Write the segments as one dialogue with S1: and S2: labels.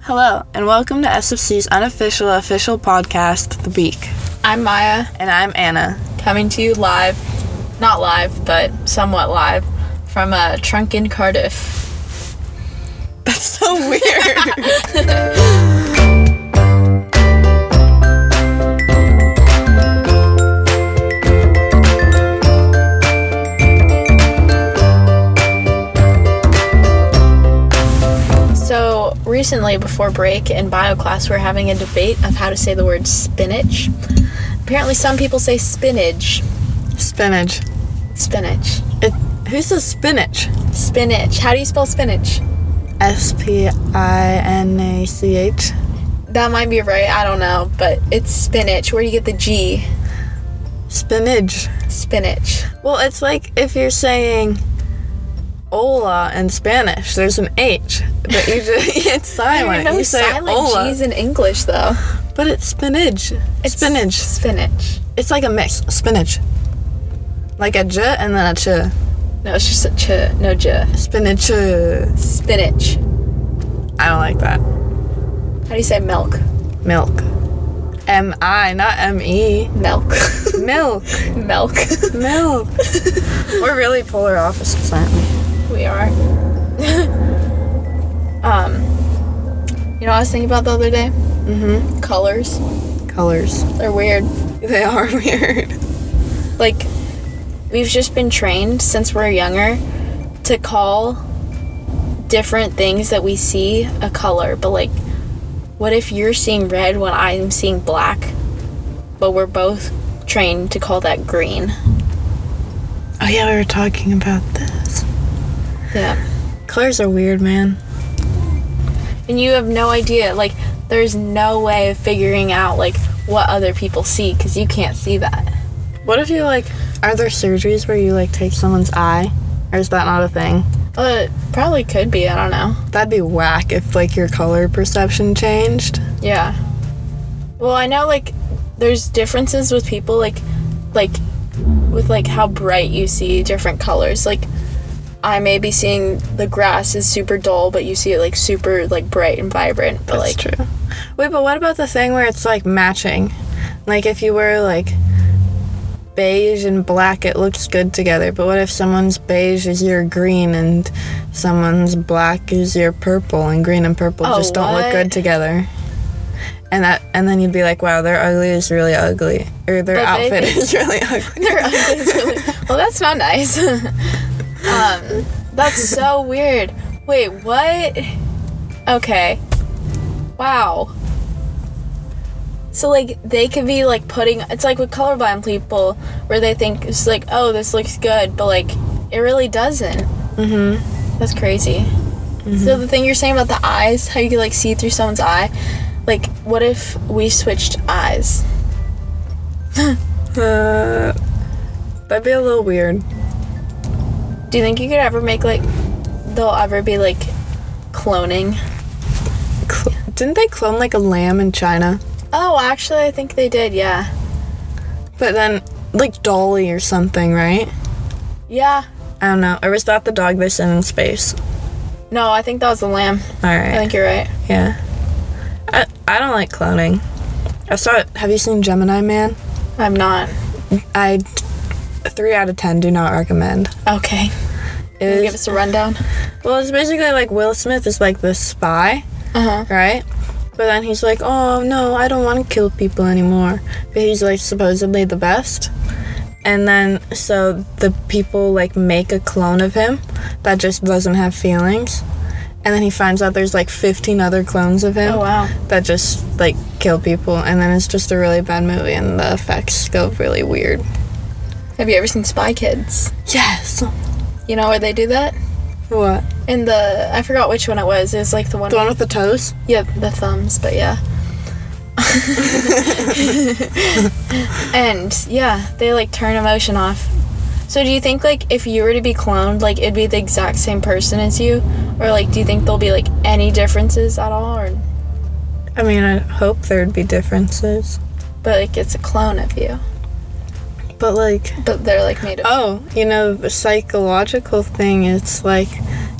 S1: Hello, and welcome to SFC's unofficial official podcast, The Beak.
S2: I'm Maya,
S1: And I'm Anna.
S2: coming to you live, not live, but somewhat live, from a trunk in Cardiff.
S1: That's so weird.
S2: So, recently, before break in bio class, we are having a debate of how to say the word spinach. Apparently, some people say spinach.
S1: spinach.
S2: Spinach.
S1: It, who says spinach?
S2: Spinach. How do you spell spinach?
S1: S P I N A C H.
S2: That might be right, I don't know, but it's spinach. Where do you get the G?
S1: Spinach.
S2: Spinach.
S1: Well, it's like if you're saying hola in Spanish, there's an H, but you just, it's silent.
S2: There are no
S1: you say
S2: silent
S1: hola,
S2: G's in English, though.
S1: but it's spinach.
S2: It's
S1: spinach.
S2: Spinach.
S1: It's like a mix. Spinach. Like a j and then a ch.
S2: No, it's just a ch, no j.
S1: Spinach. I
S2: Spinach.
S1: don't like that.
S2: How do you say milk?
S1: Milk. M I, not M E.
S2: Milk.
S1: Milk.
S2: milk.
S1: Milk. We're really polar opposites, aren't we?
S2: we are. um, you know what I was thinking about the other day? Mm-hmm. Colors.
S1: Colors.
S2: They're weird.
S1: They are weird.
S2: Like, we've just been trained since we're younger to call different things that we see a color. But like, what if you're seeing red when I'm seeing black? But we're both trained to call that green.
S1: Oh, yeah, we were talking about this.
S2: Yeah.
S1: Colors are weird, man.
S2: and you have no idea like there's no way of figuring out like what other people see because you can't see that
S1: What if you, like, are there surgeries where you, like, take someone's eye? Or is that not a thing?
S2: uh probably could be i don't know
S1: That'd be whack if, like, your color perception changed.
S2: yeah well i know like there's differences with people like like with like how bright you see different colors like i may be seeing the grass is super dull but you see it like super like bright and vibrant but like
S1: That's true. Wait, but what about the thing where it's like matching? Like if you were like beige and black, it looks good together. But what if someone's beige is your green and someone's black is your purple, and green and purple
S2: Oh,
S1: just don't look
S2: what?
S1: good together? And that, and then you'd be like, wow, their ugly is really ugly, or their
S2: But they
S1: outfit
S2: think-
S1: is really ugly.
S2: Their eyes are like- well, that's not nice. um, that's so weird. Wait, what? Okay. Wow. So like they could be like putting it's like with colorblind people where they think it's like oh this looks good but like it really doesn't. Mhm. That's crazy. So the thing you're saying about the eyes, how you could like see through someone's eye, like what if we switched eyes?
S1: Uh, that'd be a little weird.
S2: Do you think you could ever make like there'll ever be like cloning?
S1: Cl- Didn't they clone like a lamb in China?
S2: Oh, actually, I think they did. Yeah,
S1: But then, like Dolly or something, right?
S2: yeah.
S1: I don't know. Or was that the dog they sent in space?
S2: No, I think that was the lamb.
S1: All
S2: I
S1: right.
S2: think you're right.
S1: yeah. I, I don't like cloning. I saw it. Have you seen Gemini Man?
S2: I'm not.
S1: I three out of ten do not recommend.
S2: Okay,
S1: It
S2: Can you
S1: is-
S2: give us a rundown.
S1: well, it's basically like Will Smith is like this spy,
S2: Uh huh.
S1: right? But then he's like, oh no, I don't want to kill people anymore. But he's like supposedly the best. And then so the people like make a clone of him that just doesn't have feelings. And then he finds out there's like 15 other clones of him.
S2: Oh wow.
S1: that just like kill people and then it's just a really bad movie and the effects go really weird
S2: Have you ever seen Spy Kids?
S1: yes
S2: You know where they do that?
S1: what
S2: In the I forgot which one it was. It was like the one.
S1: the one with the toes
S2: Yeah, the thumbs. But yeah. and yeah, they like turn emotion off. So do you think like if you were to be cloned, like it'd be the exact same person as you, or like do you think there'll be like any differences at all, or
S1: i mean i hope there'd be differences
S2: but like it's a clone of you,
S1: but like
S2: but they're like made of
S1: oh you know the psychological thing it's like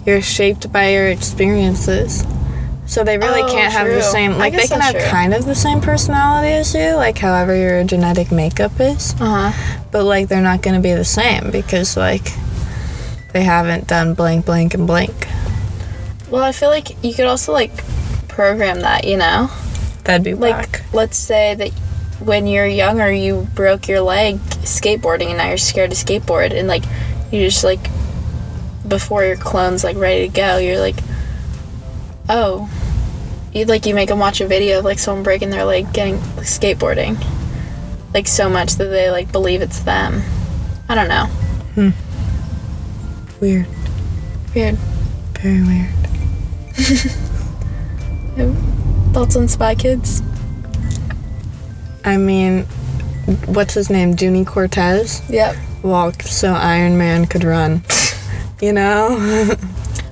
S1: you're shaped by your experiences So they really
S2: Oh,
S1: can't have the
S2: true.
S1: same
S2: I
S1: like they
S2: guess
S1: can
S2: that's
S1: have
S2: true.
S1: kind of the same personality as you, like however your genetic makeup is,
S2: Uh huh.
S1: but like they're not going to be the same because like they haven't done blank blank and blank.
S2: Well, I feel like you could also like program that, you know?
S1: That'd be
S2: Like,
S1: whack.
S2: let's say that when you're younger, you broke your leg skateboarding, and now you're scared to skateboard, and like you just like before your clone's like ready to go, you're like, oh, you like you make them watch a video of like someone breaking their leg getting skateboarding, like so much that they like believe it's them. I don't know.
S1: Weird.
S2: Weird.
S1: Very weird.
S2: Thoughts on Spy Kids?
S1: I mean, what's his name? Dooney Cortez
S2: Yep.
S1: walked so Iron Man could run. you know?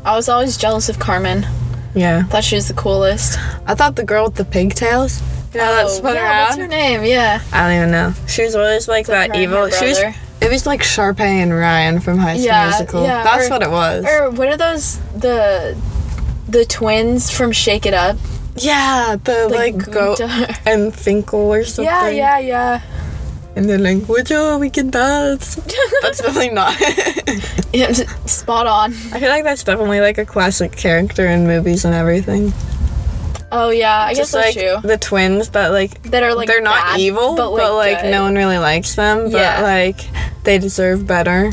S2: I was always jealous of Carmen.
S1: yeah.
S2: Thought she was the coolest.
S1: I thought the girl with the pigtails, you know, that spun
S2: Oh, yeah,
S1: around.
S2: What's her name? Yeah.
S1: I don't even know. She was always like that
S2: her and
S1: evil.
S2: her
S1: She was.
S2: brother.
S1: It was like Sharpay and Ryan from High School
S2: Yeah,
S1: Musical.
S2: yeah,
S1: That's
S2: or-
S1: what it was.
S2: Or what are those the the twins from Shake It Up?
S1: yeah, the like, goat
S2: Gunter.
S1: and Finkel or something.
S2: Yeah, yeah, yeah.
S1: And they're like, "Wojo, oh, we can dance." that's definitely not. I
S2: Yeah, s- Spot on.
S1: feel like that's definitely like a classic character in movies and everything.
S2: Oh yeah, I
S1: Just
S2: guess
S1: like
S2: that's true.
S1: the twins that like
S2: That are like
S1: they're not
S2: bad,
S1: evil, but like,
S2: good.
S1: no one really likes them. But
S2: Yeah.
S1: like they deserve better.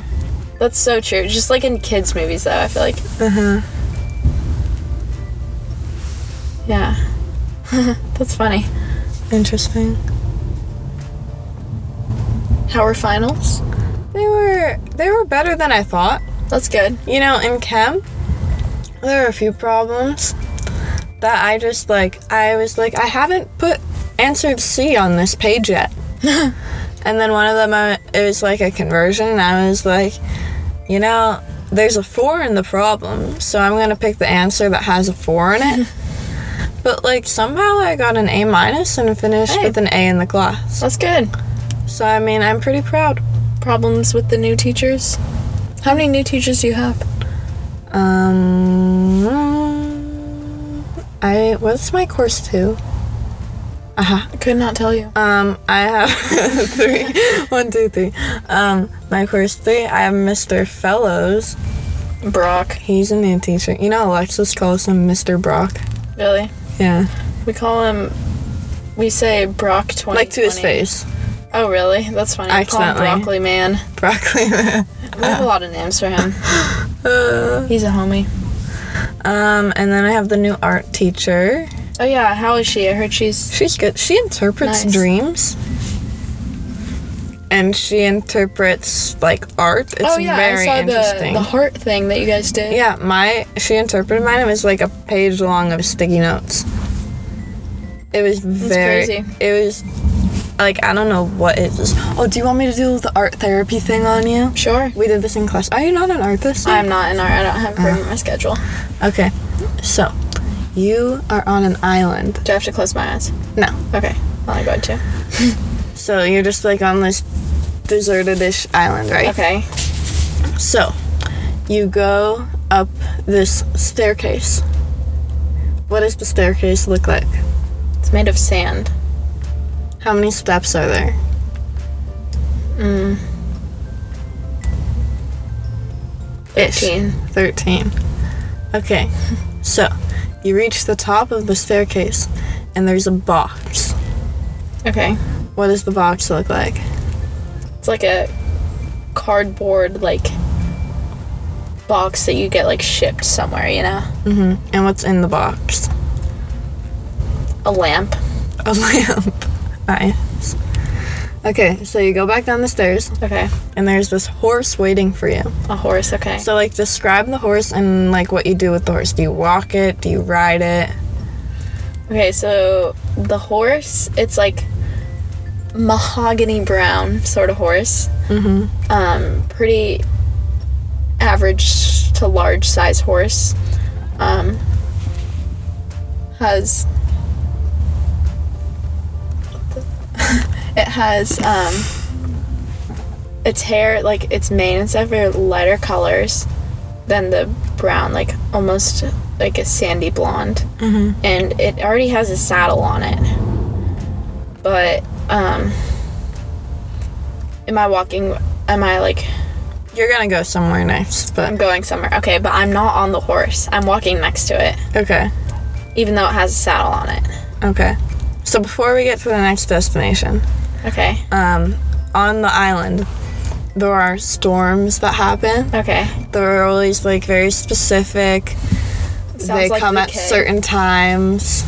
S2: That's so true. Just like in kids movies though, I feel like.
S1: Uh huh.
S2: Yeah. that's funny.
S1: Interesting.
S2: How were finals?
S1: They were they were better than I thought.
S2: That's good.
S1: You know, in chem, there are a few problems that I just like. I was like, I haven't put answered C on this page yet. and then one of them, I, it was like a conversion, and I was like, you know, there's a four in the problem, so I'm gonna pick the answer that has a four in it. but like somehow I got an A minus and finished
S2: Hey.
S1: with an A in the class.
S2: That's good.
S1: So I mean, I'm pretty proud.
S2: Problems with the new teachers? How many new teachers do you have?
S1: Um, I what's my course two? Uh huh.
S2: I could not tell you.
S1: Um, I have three. One, two, three. Um, my course three. I have Mr. Fellows.
S2: Brock.
S1: He's a new teacher. You know, Alexis calls him Mr. Brock.
S2: Really?
S1: Yeah,
S2: We call him. We say Brock twenty.
S1: like to his face.
S2: Oh really? That's funny. I call him
S1: Accidentally. Ah.
S2: Broccoli Man.
S1: Broccoli.
S2: We have a lot of names for him.
S1: Uh,
S2: He's a homie.
S1: um, and then I have the new art teacher.
S2: Oh yeah, how is she? I heard she's.
S1: She's good. She interprets
S2: Nice.
S1: dreams. And she interprets like art. It's
S2: oh yeah,
S1: very
S2: I saw the
S1: interesting.
S2: the heart thing that you guys did.
S1: yeah, my she interpreted mine. It was like a page long of sticky notes. It was very.
S2: crazy.
S1: It was like I don't know what it is. Oh, do you want me to do the art therapy thing on you?
S2: Sure.
S1: We did this in class. Are you not an artist?
S2: I'm not in art. I don't have
S1: Ah.
S2: room in my schedule.
S1: Okay, so you are on an island.
S2: Do I have to close my eyes?
S1: No,
S2: Okay. Well, I'm going to.
S1: so you're just like on this deserted-ish island, right?
S2: Okay.
S1: So, you go up this staircase. What does the staircase look like?
S2: It's made of sand.
S1: How many steps are there?
S2: Mm.
S1: Ish.
S2: Thirteen.
S1: 13. Okay, so you reach the top of the staircase and there's a box.
S2: Okay.
S1: What does the box look like?
S2: It's like a cardboard like box that you get like shipped somewhere, you know?
S1: hmm And what's in the box?
S2: A lamp.
S1: A lamp. Nice. Okay, so you go back down the stairs
S2: Okay.
S1: and there's this horse waiting for you.
S2: A horse, okay.
S1: So like describe the horse and like what you do with the horse. Do you walk it? Do you ride it?
S2: Okay, so the horse, it's like mahogany brown sort of horse. Mm-hmm. Um, pretty average to large size horse. Um, has it has um, its hair like its mane and stuff are lighter colors than the brown, like almost like a sandy blonde, and it already has a saddle on it. But um, am I walking? Am I like
S1: You're gonna go somewhere nice,
S2: I'm
S1: but
S2: going somewhere? Okay, but I'm not on the horse. I'm walking next to it,
S1: okay,
S2: even though it has a saddle on it.
S1: okay. So before we get to the next destination,
S2: Okay.
S1: um, on the island, there are storms that happen.
S2: Okay.
S1: They're always like very specific.
S2: Sounds
S1: they
S2: like
S1: come at
S2: bouquet.
S1: certain times.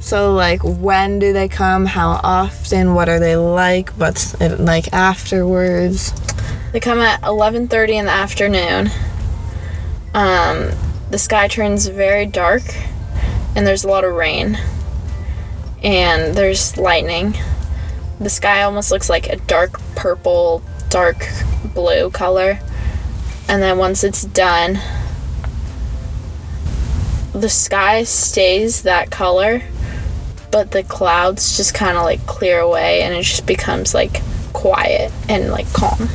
S1: So like when do they come? How often? What are they like? What's it like afterwards?
S2: They come at 11:30 in the afternoon. Um, the sky turns very dark, and there's a lot of rain, and there's lightning. The sky almost looks like a dark purple, dark blue color, and then once it's done, the sky stays that color, but the clouds just kind of like clear away, and it just becomes like quiet and like calm.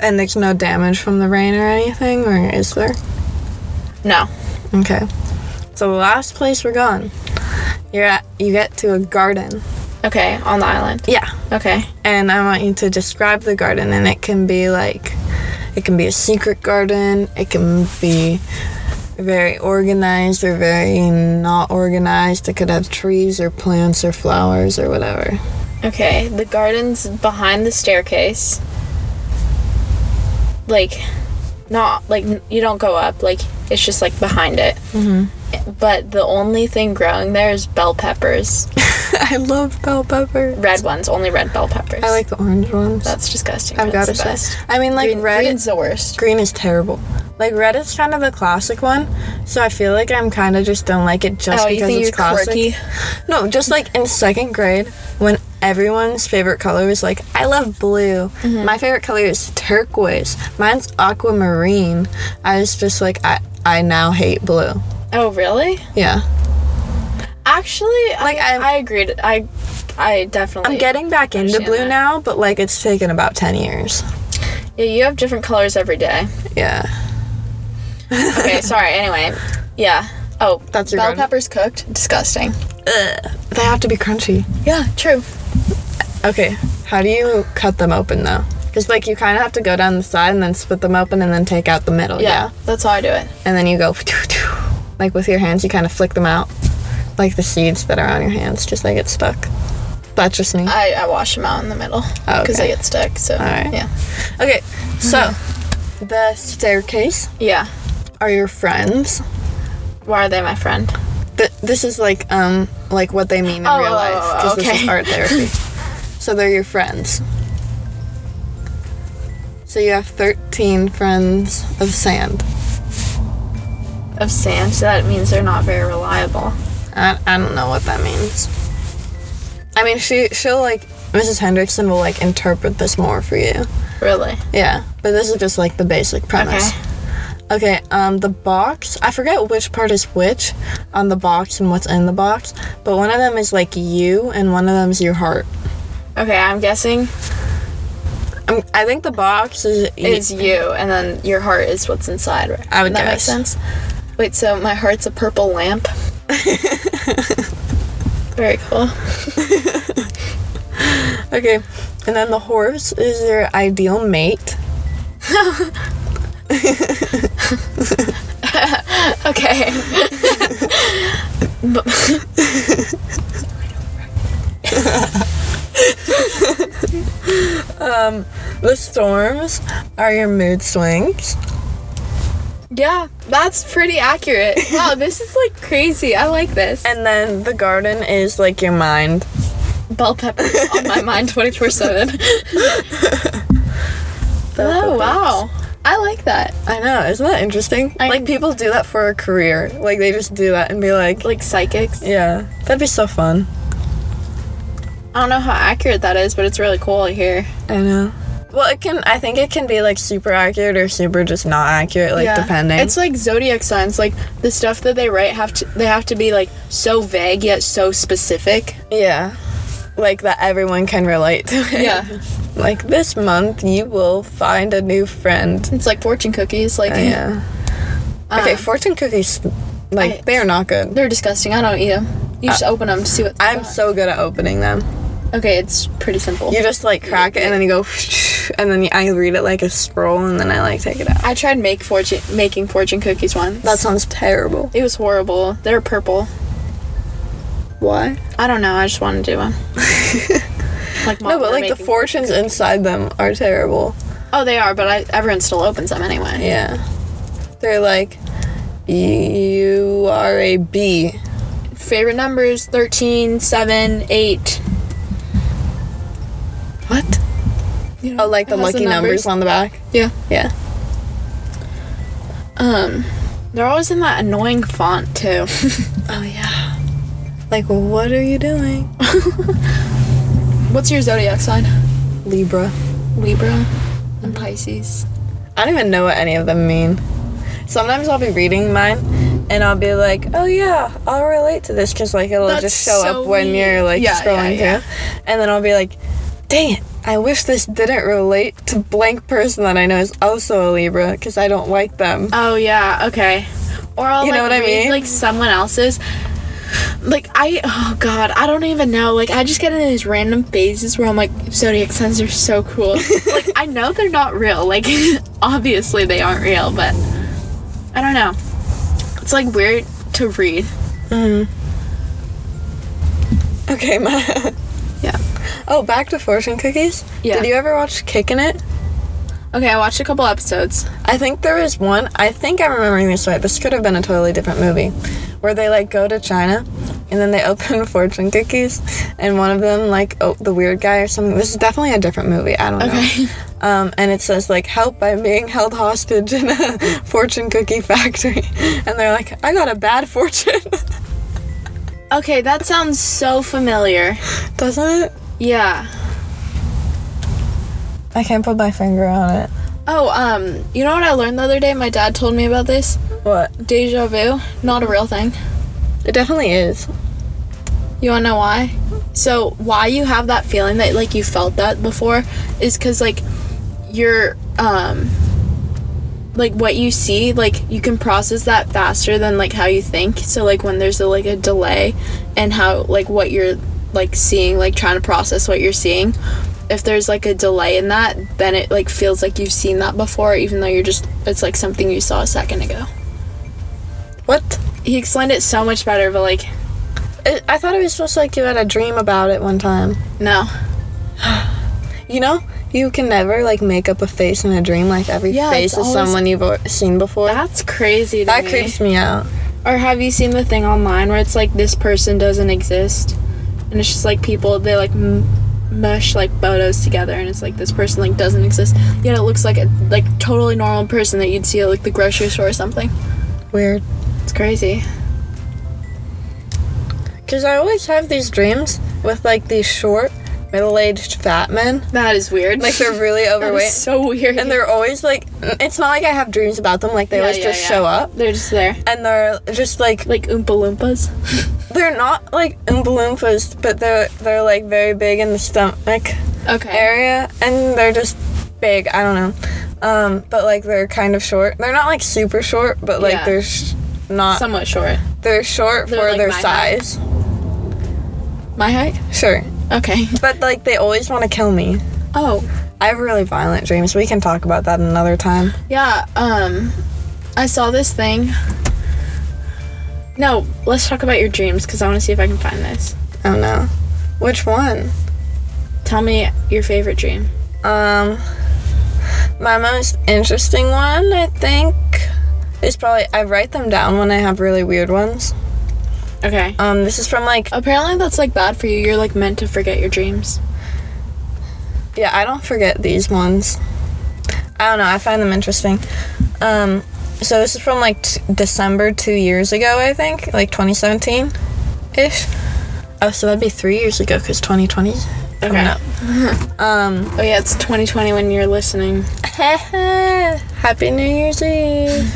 S1: And there's no damage from the rain or anything, or is there?
S2: No.
S1: Okay. So the last place we're going, you're at you get to a garden.
S2: Okay, on the island.
S1: Yeah.
S2: Okay.
S1: And I want you to describe the garden and it can be like it can be a secret garden, it can be very organized or very not organized. It could have trees or plants or flowers or whatever.
S2: Okay, the garden's behind the staircase. Like, not like n- you don't go up. Like it's just like behind it. Mm-hmm. But the only thing growing there is bell peppers,
S1: I love bell peppers.
S2: red ones. Only red bell peppers.
S1: I like the orange ones.
S2: That's disgusting.
S1: I've
S2: but
S1: got
S2: it's
S1: to
S2: the
S1: say.
S2: best.
S1: I mean like
S2: green,
S1: red
S2: green's the worst.
S1: Green is terrible. Like red is kind of the classic one, so I feel like I'm kind of just don't like it just
S2: oh, you
S1: because
S2: think
S1: it's
S2: you're
S1: classic.
S2: quirky?
S1: No, just like in second grade when everyone's favorite color was like I love blue.
S2: Mm-hmm.
S1: My favorite color is turquoise. Mine's aquamarine. I was just like I I now hate blue.
S2: Oh, really?
S1: Yeah.
S2: Actually,
S1: Like,
S2: I,
S1: I'm-
S2: I agreed. I, I definitely.
S1: I'm getting back into
S2: understand
S1: blue
S2: that.
S1: now, but like it's taken about 10 years.
S2: Yeah, you have different colors every day.
S1: Yeah.
S2: Okay, sorry. Anyway, yeah. Oh,
S1: That's your
S2: bell
S1: garden.
S2: peppers cooked. Disgusting.
S1: Ugh. They have to be crunchy.
S2: Yeah, true.
S1: Okay. How do you cut them open though? Because like you kind of have to go down the side and then split them open and then take out the middle.
S2: Yeah, that's how I do it.
S1: and then you go like with your hands you kind of flick them out like the seeds that are on your hands just they get stuck that's just me
S2: I, I wash them out in the middle
S1: Oh,
S2: because
S1: okay.
S2: they get stuck. So
S1: right.
S2: yeah,
S1: okay so the staircase
S2: yeah.
S1: are your friends
S2: Why are they my friend?
S1: Th- this is like um like what they mean in
S2: Oh,
S1: real
S2: oh,
S1: life
S2: oh,
S1: because this is
S2: okay.
S1: art therapy so they're your friends so you have 13 friends of sand
S2: Of sand. So that means they're not very reliable.
S1: I, I don't know what that means. I mean, she she'll like Mrs. Hendrickson will like interpret this more for you.
S2: Really.
S1: Yeah, but this is just like the basic premise.
S2: Okay.
S1: Okay. Um, the box. I forget which part is which on the box and what's in the box, but one of them is like you and one of them is your heart.
S2: Okay, I'm guessing
S1: Um, I think the box is.
S2: it's you, and then your heart is what's inside. Right?
S1: I would
S2: that makes
S1: guess.
S2: sense. Wait, so my heart's a purple lamp. very cool.
S1: Okay, and then the horse is your ideal mate.
S2: Okay. But-
S1: The storms are your mood swings.
S2: yeah, that's pretty accurate. Wow, this is like crazy. I like this.
S1: And then the garden is like your mind.
S2: bell peppers on my mind 24 7. Oh, wow. I like that.
S1: I know, isn't that interesting?
S2: I-
S1: like people do that for a career. Like they just do that and be like,
S2: Like psychics.
S1: yeah, that'd be so fun.
S2: I don't know how accurate that is, but it's really cool here.
S1: I know. Well, it can. I think it can be like super accurate or super just not accurate, like depending.
S2: It's like zodiac signs. Like the stuff that they write have to they have to be like so vague yet so specific.
S1: yeah, like that everyone can relate to it. Like this month, you will find a new friend. Uh,
S2: It's like fortune cookies. Like
S1: Yeah. Okay, fortune cookies Like
S2: Uh, I-
S1: they are not good.
S2: They're disgusting. I don't eat them. You just open them to see what.
S1: I'm so good at opening them.
S2: okay. It's pretty simple.
S1: You just like crack it and then you go, and then I read it like a scroll and then I like take it out.
S2: I tried make fortune making fortune cookies once.
S1: That sounds terrible.
S2: it was horrible. They're purple.
S1: Why?
S2: I don't know. I just want to do one. like mom,
S1: No, but
S2: we're
S1: like the
S2: making-
S1: fortunes inside them are terrible.
S2: Oh, they are. But I, everyone still opens them anyway.
S1: Yeah. They're like, you are a bee.
S2: Favorite numbers: 13, 7, 8.
S1: What?
S2: You know,
S1: Oh, like
S2: it
S1: the
S2: has
S1: lucky numbers on the back?
S2: Yeah.
S1: Yeah.
S2: Um, they're always in that annoying font too.
S1: Oh, yeah. Like, what are you doing?
S2: What's your zodiac sign?
S1: Libra.
S2: Libra and Pisces.
S1: I don't even know what any of them mean. Sometimes I'll be reading mine and I'll be like, oh yeah, I'll relate to this because like it'll
S2: That's
S1: just show
S2: so
S1: up when you're
S2: weird.
S1: like
S2: Yeah,
S1: scrolling
S2: yeah, yeah.
S1: through. And then I'll be like, dang it, I wish this didn't relate to blank person that I know is also a Libra because I don't like them.
S2: Oh yeah, okay. Or I'll
S1: You know
S2: like,
S1: what I
S2: read,
S1: mean?
S2: like someone else's. Like I oh god, I don't even know. Like I just get in these random phases where I'm like, zodiac signs are so cool. like I know they're not real. Like obviously they aren't real, but I don't know. It's like weird to read.
S1: Okay, my.
S2: Yeah.
S1: Oh, back to fortune cookies.
S2: Yeah.
S1: Did you ever watch Kickin' It?
S2: Okay, I watched a couple episodes.
S1: I think there is one. I think I'm remembering this right. This could have been a totally different movie, where they like go to China, and then they open fortune cookies, and one of them like oh the weird guy or something. This is definitely a different movie. I don't
S2: Okay.
S1: know. Um, and it says like help I'm being held hostage in a fortune cookie factory, and they're like I got a bad fortune,
S2: Okay, that sounds so familiar.
S1: doesn't it?
S2: Yeah.
S1: I can't put my finger on it.
S2: Oh, um, you know what I learned the other day? My dad told me about this.
S1: What?
S2: Deja vu, not a real thing.
S1: It definitely is.
S2: You wanna know why? So why you have that feeling that like you felt that before is because like your um like what you see like you can process that faster than like how you think. So like when there's a, like a delay and how like what you're like seeing like trying to process what you're seeing. If there's like a delay in that, then it like feels like you've seen that before, even though you're just it's like something you saw a second ago.
S1: What?
S2: He explained it so much better, but like
S1: I I thought it was supposed to like you had a dream about it one time.
S2: no.
S1: You know, you can never like make up a face in a dream. Like every
S2: Yeah,
S1: face
S2: it's
S1: is
S2: always-
S1: someone you've o- seen before. That,
S2: That's crazy. To me.
S1: creeps me out.
S2: Or have you seen the thing online where it's like this person doesn't exist, and it's just like people they like m- mush like photos together, and it's like this person like doesn't exist, yet it looks like a like totally normal person that you'd see at like the grocery store or something.
S1: Weird.
S2: It's crazy.
S1: Cause I always have these dreams with like these short, middle-aged fat men.
S2: That is weird.
S1: Like they're really
S2: That
S1: overweight,
S2: is so weird.
S1: and they're always like. It's not like I have dreams about them. Like they
S2: Yeah,
S1: always
S2: yeah,
S1: just
S2: yeah.
S1: show up,
S2: They're just there.
S1: and they're just like
S2: Like Oompa Loompas.
S1: they're not like Oompa Loompas, but they're they're like very big in the stomach.
S2: Okay.
S1: area and they're just big i don't know um but like they're kind of short they're not like super short but like
S2: Yeah.
S1: they're sh- not
S2: Somewhat short.
S1: they're short
S2: They're,
S1: for
S2: like,
S1: their
S2: my height?
S1: size
S2: My height?
S1: sure
S2: Okay.
S1: but like they always want to kill me
S2: Oh.
S1: i have really violent dreams we can talk about that another time
S2: Yeah, um I saw this thing. No, let's talk about your dreams cuz I want to see if I can find this.
S1: oh no which one
S2: Tell me your favorite dream.
S1: um my most interesting one i think is probably i write them down when i have really weird ones
S2: Okay.
S1: um this is from like
S2: Apparently that's like bad for you. You're like meant to forget your dreams.
S1: Yeah, I don't forget these ones. I don't know. I find them interesting. Um, so this is from like t- December two years ago, I think, like 2017 ish. Oh, so that'd be three years ago because 2020 's coming
S2: Okay.
S1: up. um,
S2: Oh yeah, it's 2020 when you're listening.
S1: happy New Year's Eve.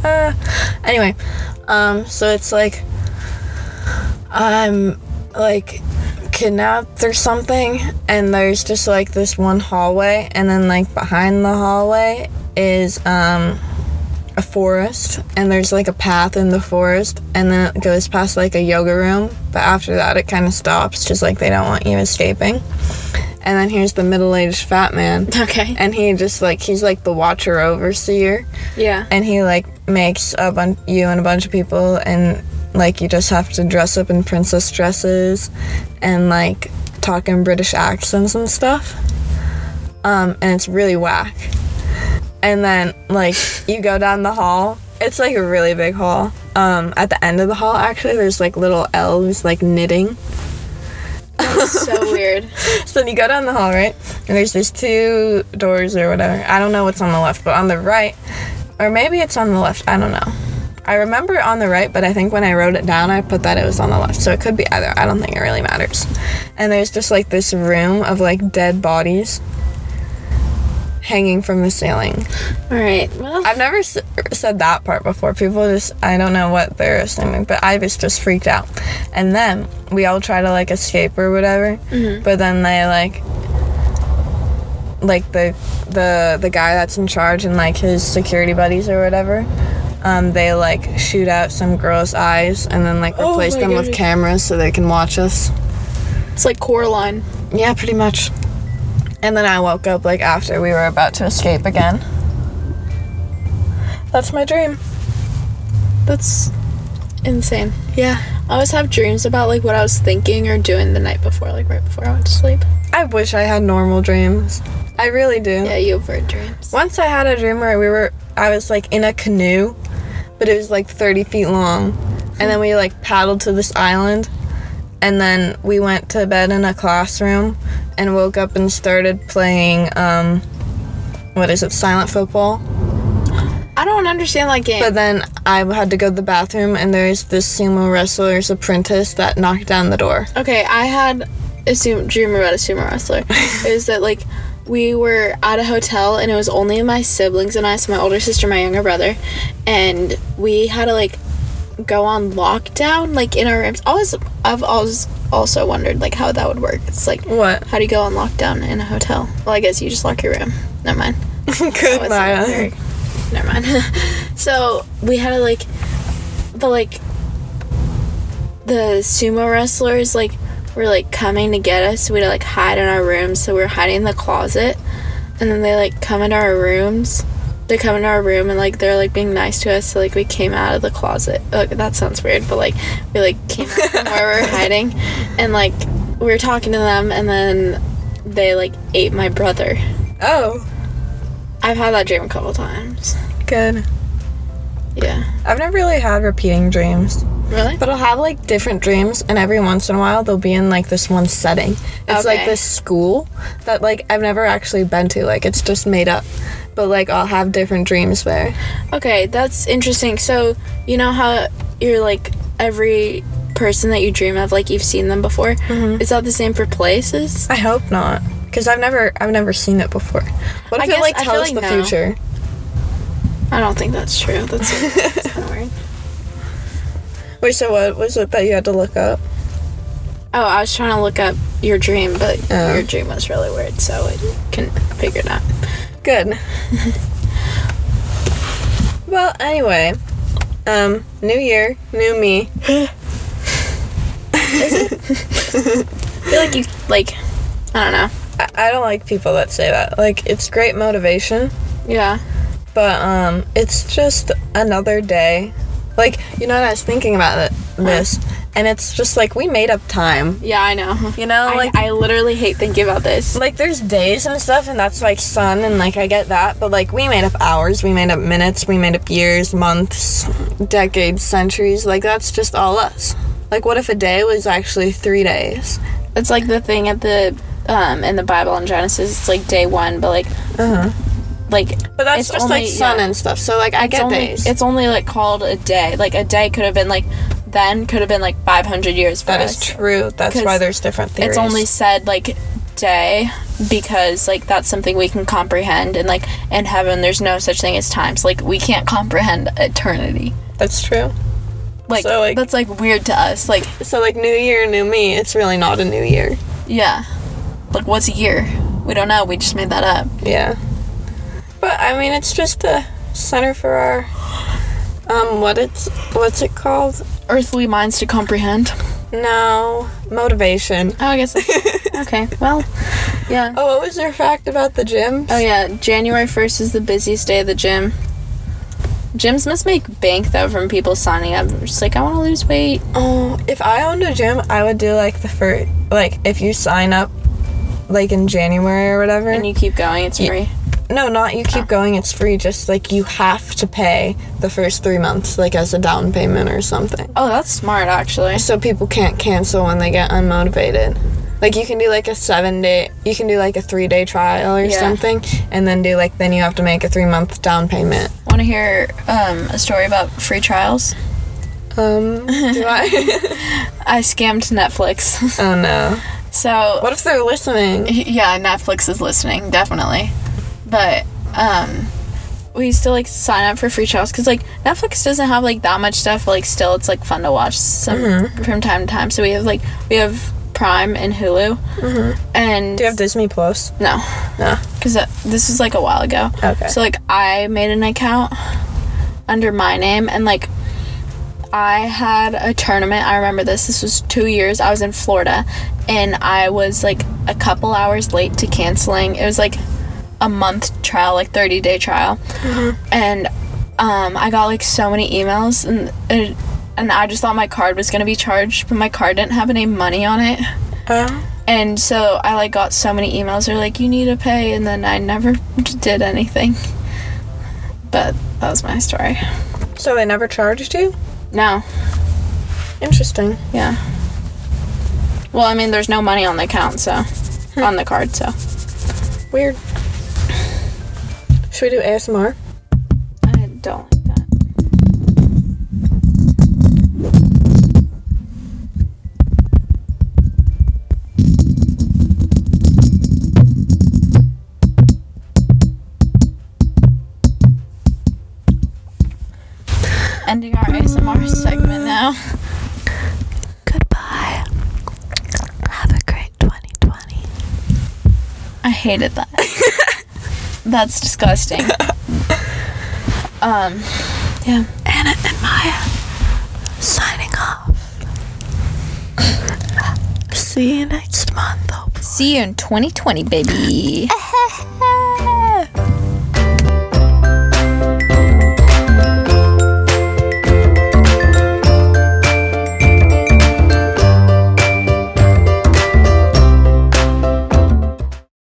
S1: anyway, um, so it's like I'm like kidnapped or something and there's just like this one hallway and then like behind the hallway is um a forest and there's like a path in the forest and then it goes past like a yoga room but after that it kind of stops just like they don't want you escaping and then here's the middle-aged fat man
S2: Okay.
S1: and he just like he's like the watcher overseer
S2: yeah.
S1: and he like makes a bun- you and a bunch of people and like you just have to dress up in princess dresses and like talk in british accents and stuff um and it's really whack and then like you go down the hall it's like a really big hall um at the end of the hall actually there's like little elves like knitting
S2: so weird.
S1: so then you go down the hall, right? And there's these two doors or whatever. I don't know what's on the left, but on the right, or maybe it's on the left. I don't know. I remember on the right, but I think when I wrote it down, I put that it was on the left. So it could be either. I don't think it really matters. And there's just like this room of like dead bodies hanging from the ceiling.
S2: All right. Well,
S1: I've never s- said that part before. People just, I don't know what they're assuming, but I was just freaked out. And then we all try to like escape or whatever,
S2: Mm-hmm.
S1: but then they like, like the the the guy that's in charge and like his security buddies or whatever, um, they like shoot out some girl's eyes and then like
S2: Oh
S1: replace
S2: my
S1: them with
S2: goodness.
S1: cameras so they can watch us.
S2: it's like Coraline.
S1: Yeah, pretty much. And then I woke up like after we were about to escape again. That's my dream.
S2: That's insane.
S1: Yeah.
S2: I always have dreams about like what I was thinking or doing the night before, like right before I went to sleep.
S1: I wish I had normal dreams. I really do.
S2: Yeah, you avert dreams.
S1: Once I had a dream where we were, I was like in a canoe, but it was like 30 feet long. And then we like paddled to this island. And then we went to bed in a classroom and woke up and started playing, um, what is it, silent football.
S2: I don't understand that game.
S1: But then I had to go to the bathroom, and there's this sumo wrestler's apprentice that knocked down the door.
S2: Okay, I had a sum- dream about a sumo wrestler. is that like we were at a hotel and it was only my siblings and I, so my older sister, my younger brother, and we had to like go on lockdown like in our rooms. Always, I've always also wondered like how that would work. It's like
S1: What?
S2: how do you go on lockdown in a hotel? Well, I guess you just lock your room. Never mind.
S1: Good,
S2: That was not
S1: Maya.
S2: very- Never mind. so we had to like the like the sumo wrestlers like were like coming to get us. We had to like hide in our rooms, so we were hiding in the closet, and then they like come into our rooms. They come into our room and like they're like being nice to us, so like we came out of the closet. Like, that sounds weird, but like we like came out from where we were hiding, and like we were talking to them, and then they like ate my brother.
S1: Oh,
S2: I've had that dream a couple times.
S1: good.
S2: Yeah.
S1: I've never really had repeating dreams,
S2: Really?
S1: but I'll have like different dreams, and every once in a while they'll be in like this one setting. It's like
S2: Okay.
S1: this school that like I've never actually been to. Like it's just made up, but like I'll have different dreams there.
S2: Okay, that's interesting. So, you know how you're like every person that you dream of, like you've seen them before?
S1: Mm-hmm.
S2: Is that the same for places?
S1: I hope not, because I've never I've never seen it before. What
S2: I
S1: if it
S2: guess-
S1: like
S2: I feel
S1: tells
S2: like
S1: the
S2: no.
S1: future?
S2: I don't think that's true. That's, that's kind of weird.
S1: Wait, so what was it that you had to look up?
S2: Oh, I was trying to look up your dream, but
S1: Oh.
S2: your dream was really weird, so I couldn't figure it out.
S1: Good. well, anyway, um, new year, new me.
S2: I feel like you, like, I don't know.
S1: I, I don't like people that say that. Like, it's great motivation,
S2: Yeah.
S1: but um, it's just another day. Like, you know what I was thinking about it, this, and it's just like we made up time.
S2: Yeah, I know.
S1: You know,
S2: I,
S1: Oh, like
S2: I literally hate thinking about this.
S1: like there's days and stuff and that's like sun and like I get that, but like we made up hours, we made up minutes, we made up years, months, decades, centuries. Like that's just all us. Like what if a day was actually 3 days?
S2: It's like the thing at the um in the Bible in Genesis. It's like day one, but like
S1: Uh-huh.
S2: like
S1: But that's
S2: It's
S1: just like
S2: only-
S1: sun
S2: yeah.
S1: and stuff. So like I
S2: it's
S1: get
S2: only
S1: days.
S2: it's only like called a day. Like a day could have been like then could have been like five hundred years. For
S1: that is
S2: us.
S1: true. That's
S2: 'Cause
S1: why there's different theories.
S2: It's only said like day because like that's something we can comprehend and like in heaven there's no such thing as time. So like we can't comprehend eternity.
S1: That's true.
S2: Like,
S1: So, like-
S2: that's like weird to us. Like
S1: So like new year, new me. It's really not a new year.
S2: yeah, like what's a year? We don't know. We just made that up.
S1: Yeah. But I mean, it's just a center for our um what it's what's it called?
S2: Earthly minds to comprehend.
S1: No, motivation.
S2: Oh, I guess. okay. Well, yeah.
S1: Oh, what was your fact about the gyms?
S2: Oh yeah, January 1st is the busiest day of the gym. Gyms must make bank though from people signing up. They're Just like I want to lose weight.
S1: Oh, if I owned a gym, I would do like the first, like if you sign up, like in January or whatever.
S2: And you Ah. keep going. It's free.
S1: no, not you keep going. It's free. Just like you have to pay the first three months, like as a down payment or something.
S2: Oh, that's smart actually.
S1: So people can't cancel when they get unmotivated. Like you can do like a seven day, you can do like a three day trial or
S2: Yeah.
S1: something, and then do like then you have to make a three month down payment.
S2: Want to hear um, a story about free trials?
S1: Um, do I?
S2: I scammed Netflix.
S1: oh no!
S2: so
S1: What if they're listening?
S2: yeah, Netflix is listening definitely, but um, we used to like sign up for free trials because like Netflix doesn't have like that much stuff. But, like still, it's like fun to watch some
S1: Mm-hmm.
S2: from time to time. So we have like we have Prime and Hulu, and
S1: Mm-hmm. Do you have Disney Plus?
S2: no,
S1: No.
S2: because this is like a while ago.
S1: Okay.
S2: So like I made an account under my name and like I had a tournament. I remember this. This was 2 years. I was in Florida and I was like a couple hours late to canceling. It was like a month trial, like 30 day trial. And um, I got like so many emails and it, and I just thought my card was going to be charged, but my card didn't have any money on it.
S1: Uh,
S2: And so I like got so many emails. They're like, "You need to pay," and then I never did anything. But that was my story.
S1: so they never charged you?
S2: No,
S1: Interesting.
S2: yeah. Well, I mean, there's no money on the account, so on the card, so
S1: Weird. Should we do ASMR?
S2: I don't like that. Ending our ASMR segment now.
S3: Goodbye. Have a great 2020.
S2: I hated that. That's disgusting. um, yeah.
S3: Anna and Maya signing off. See you next month, hopefully.
S2: See you in 2020, baby.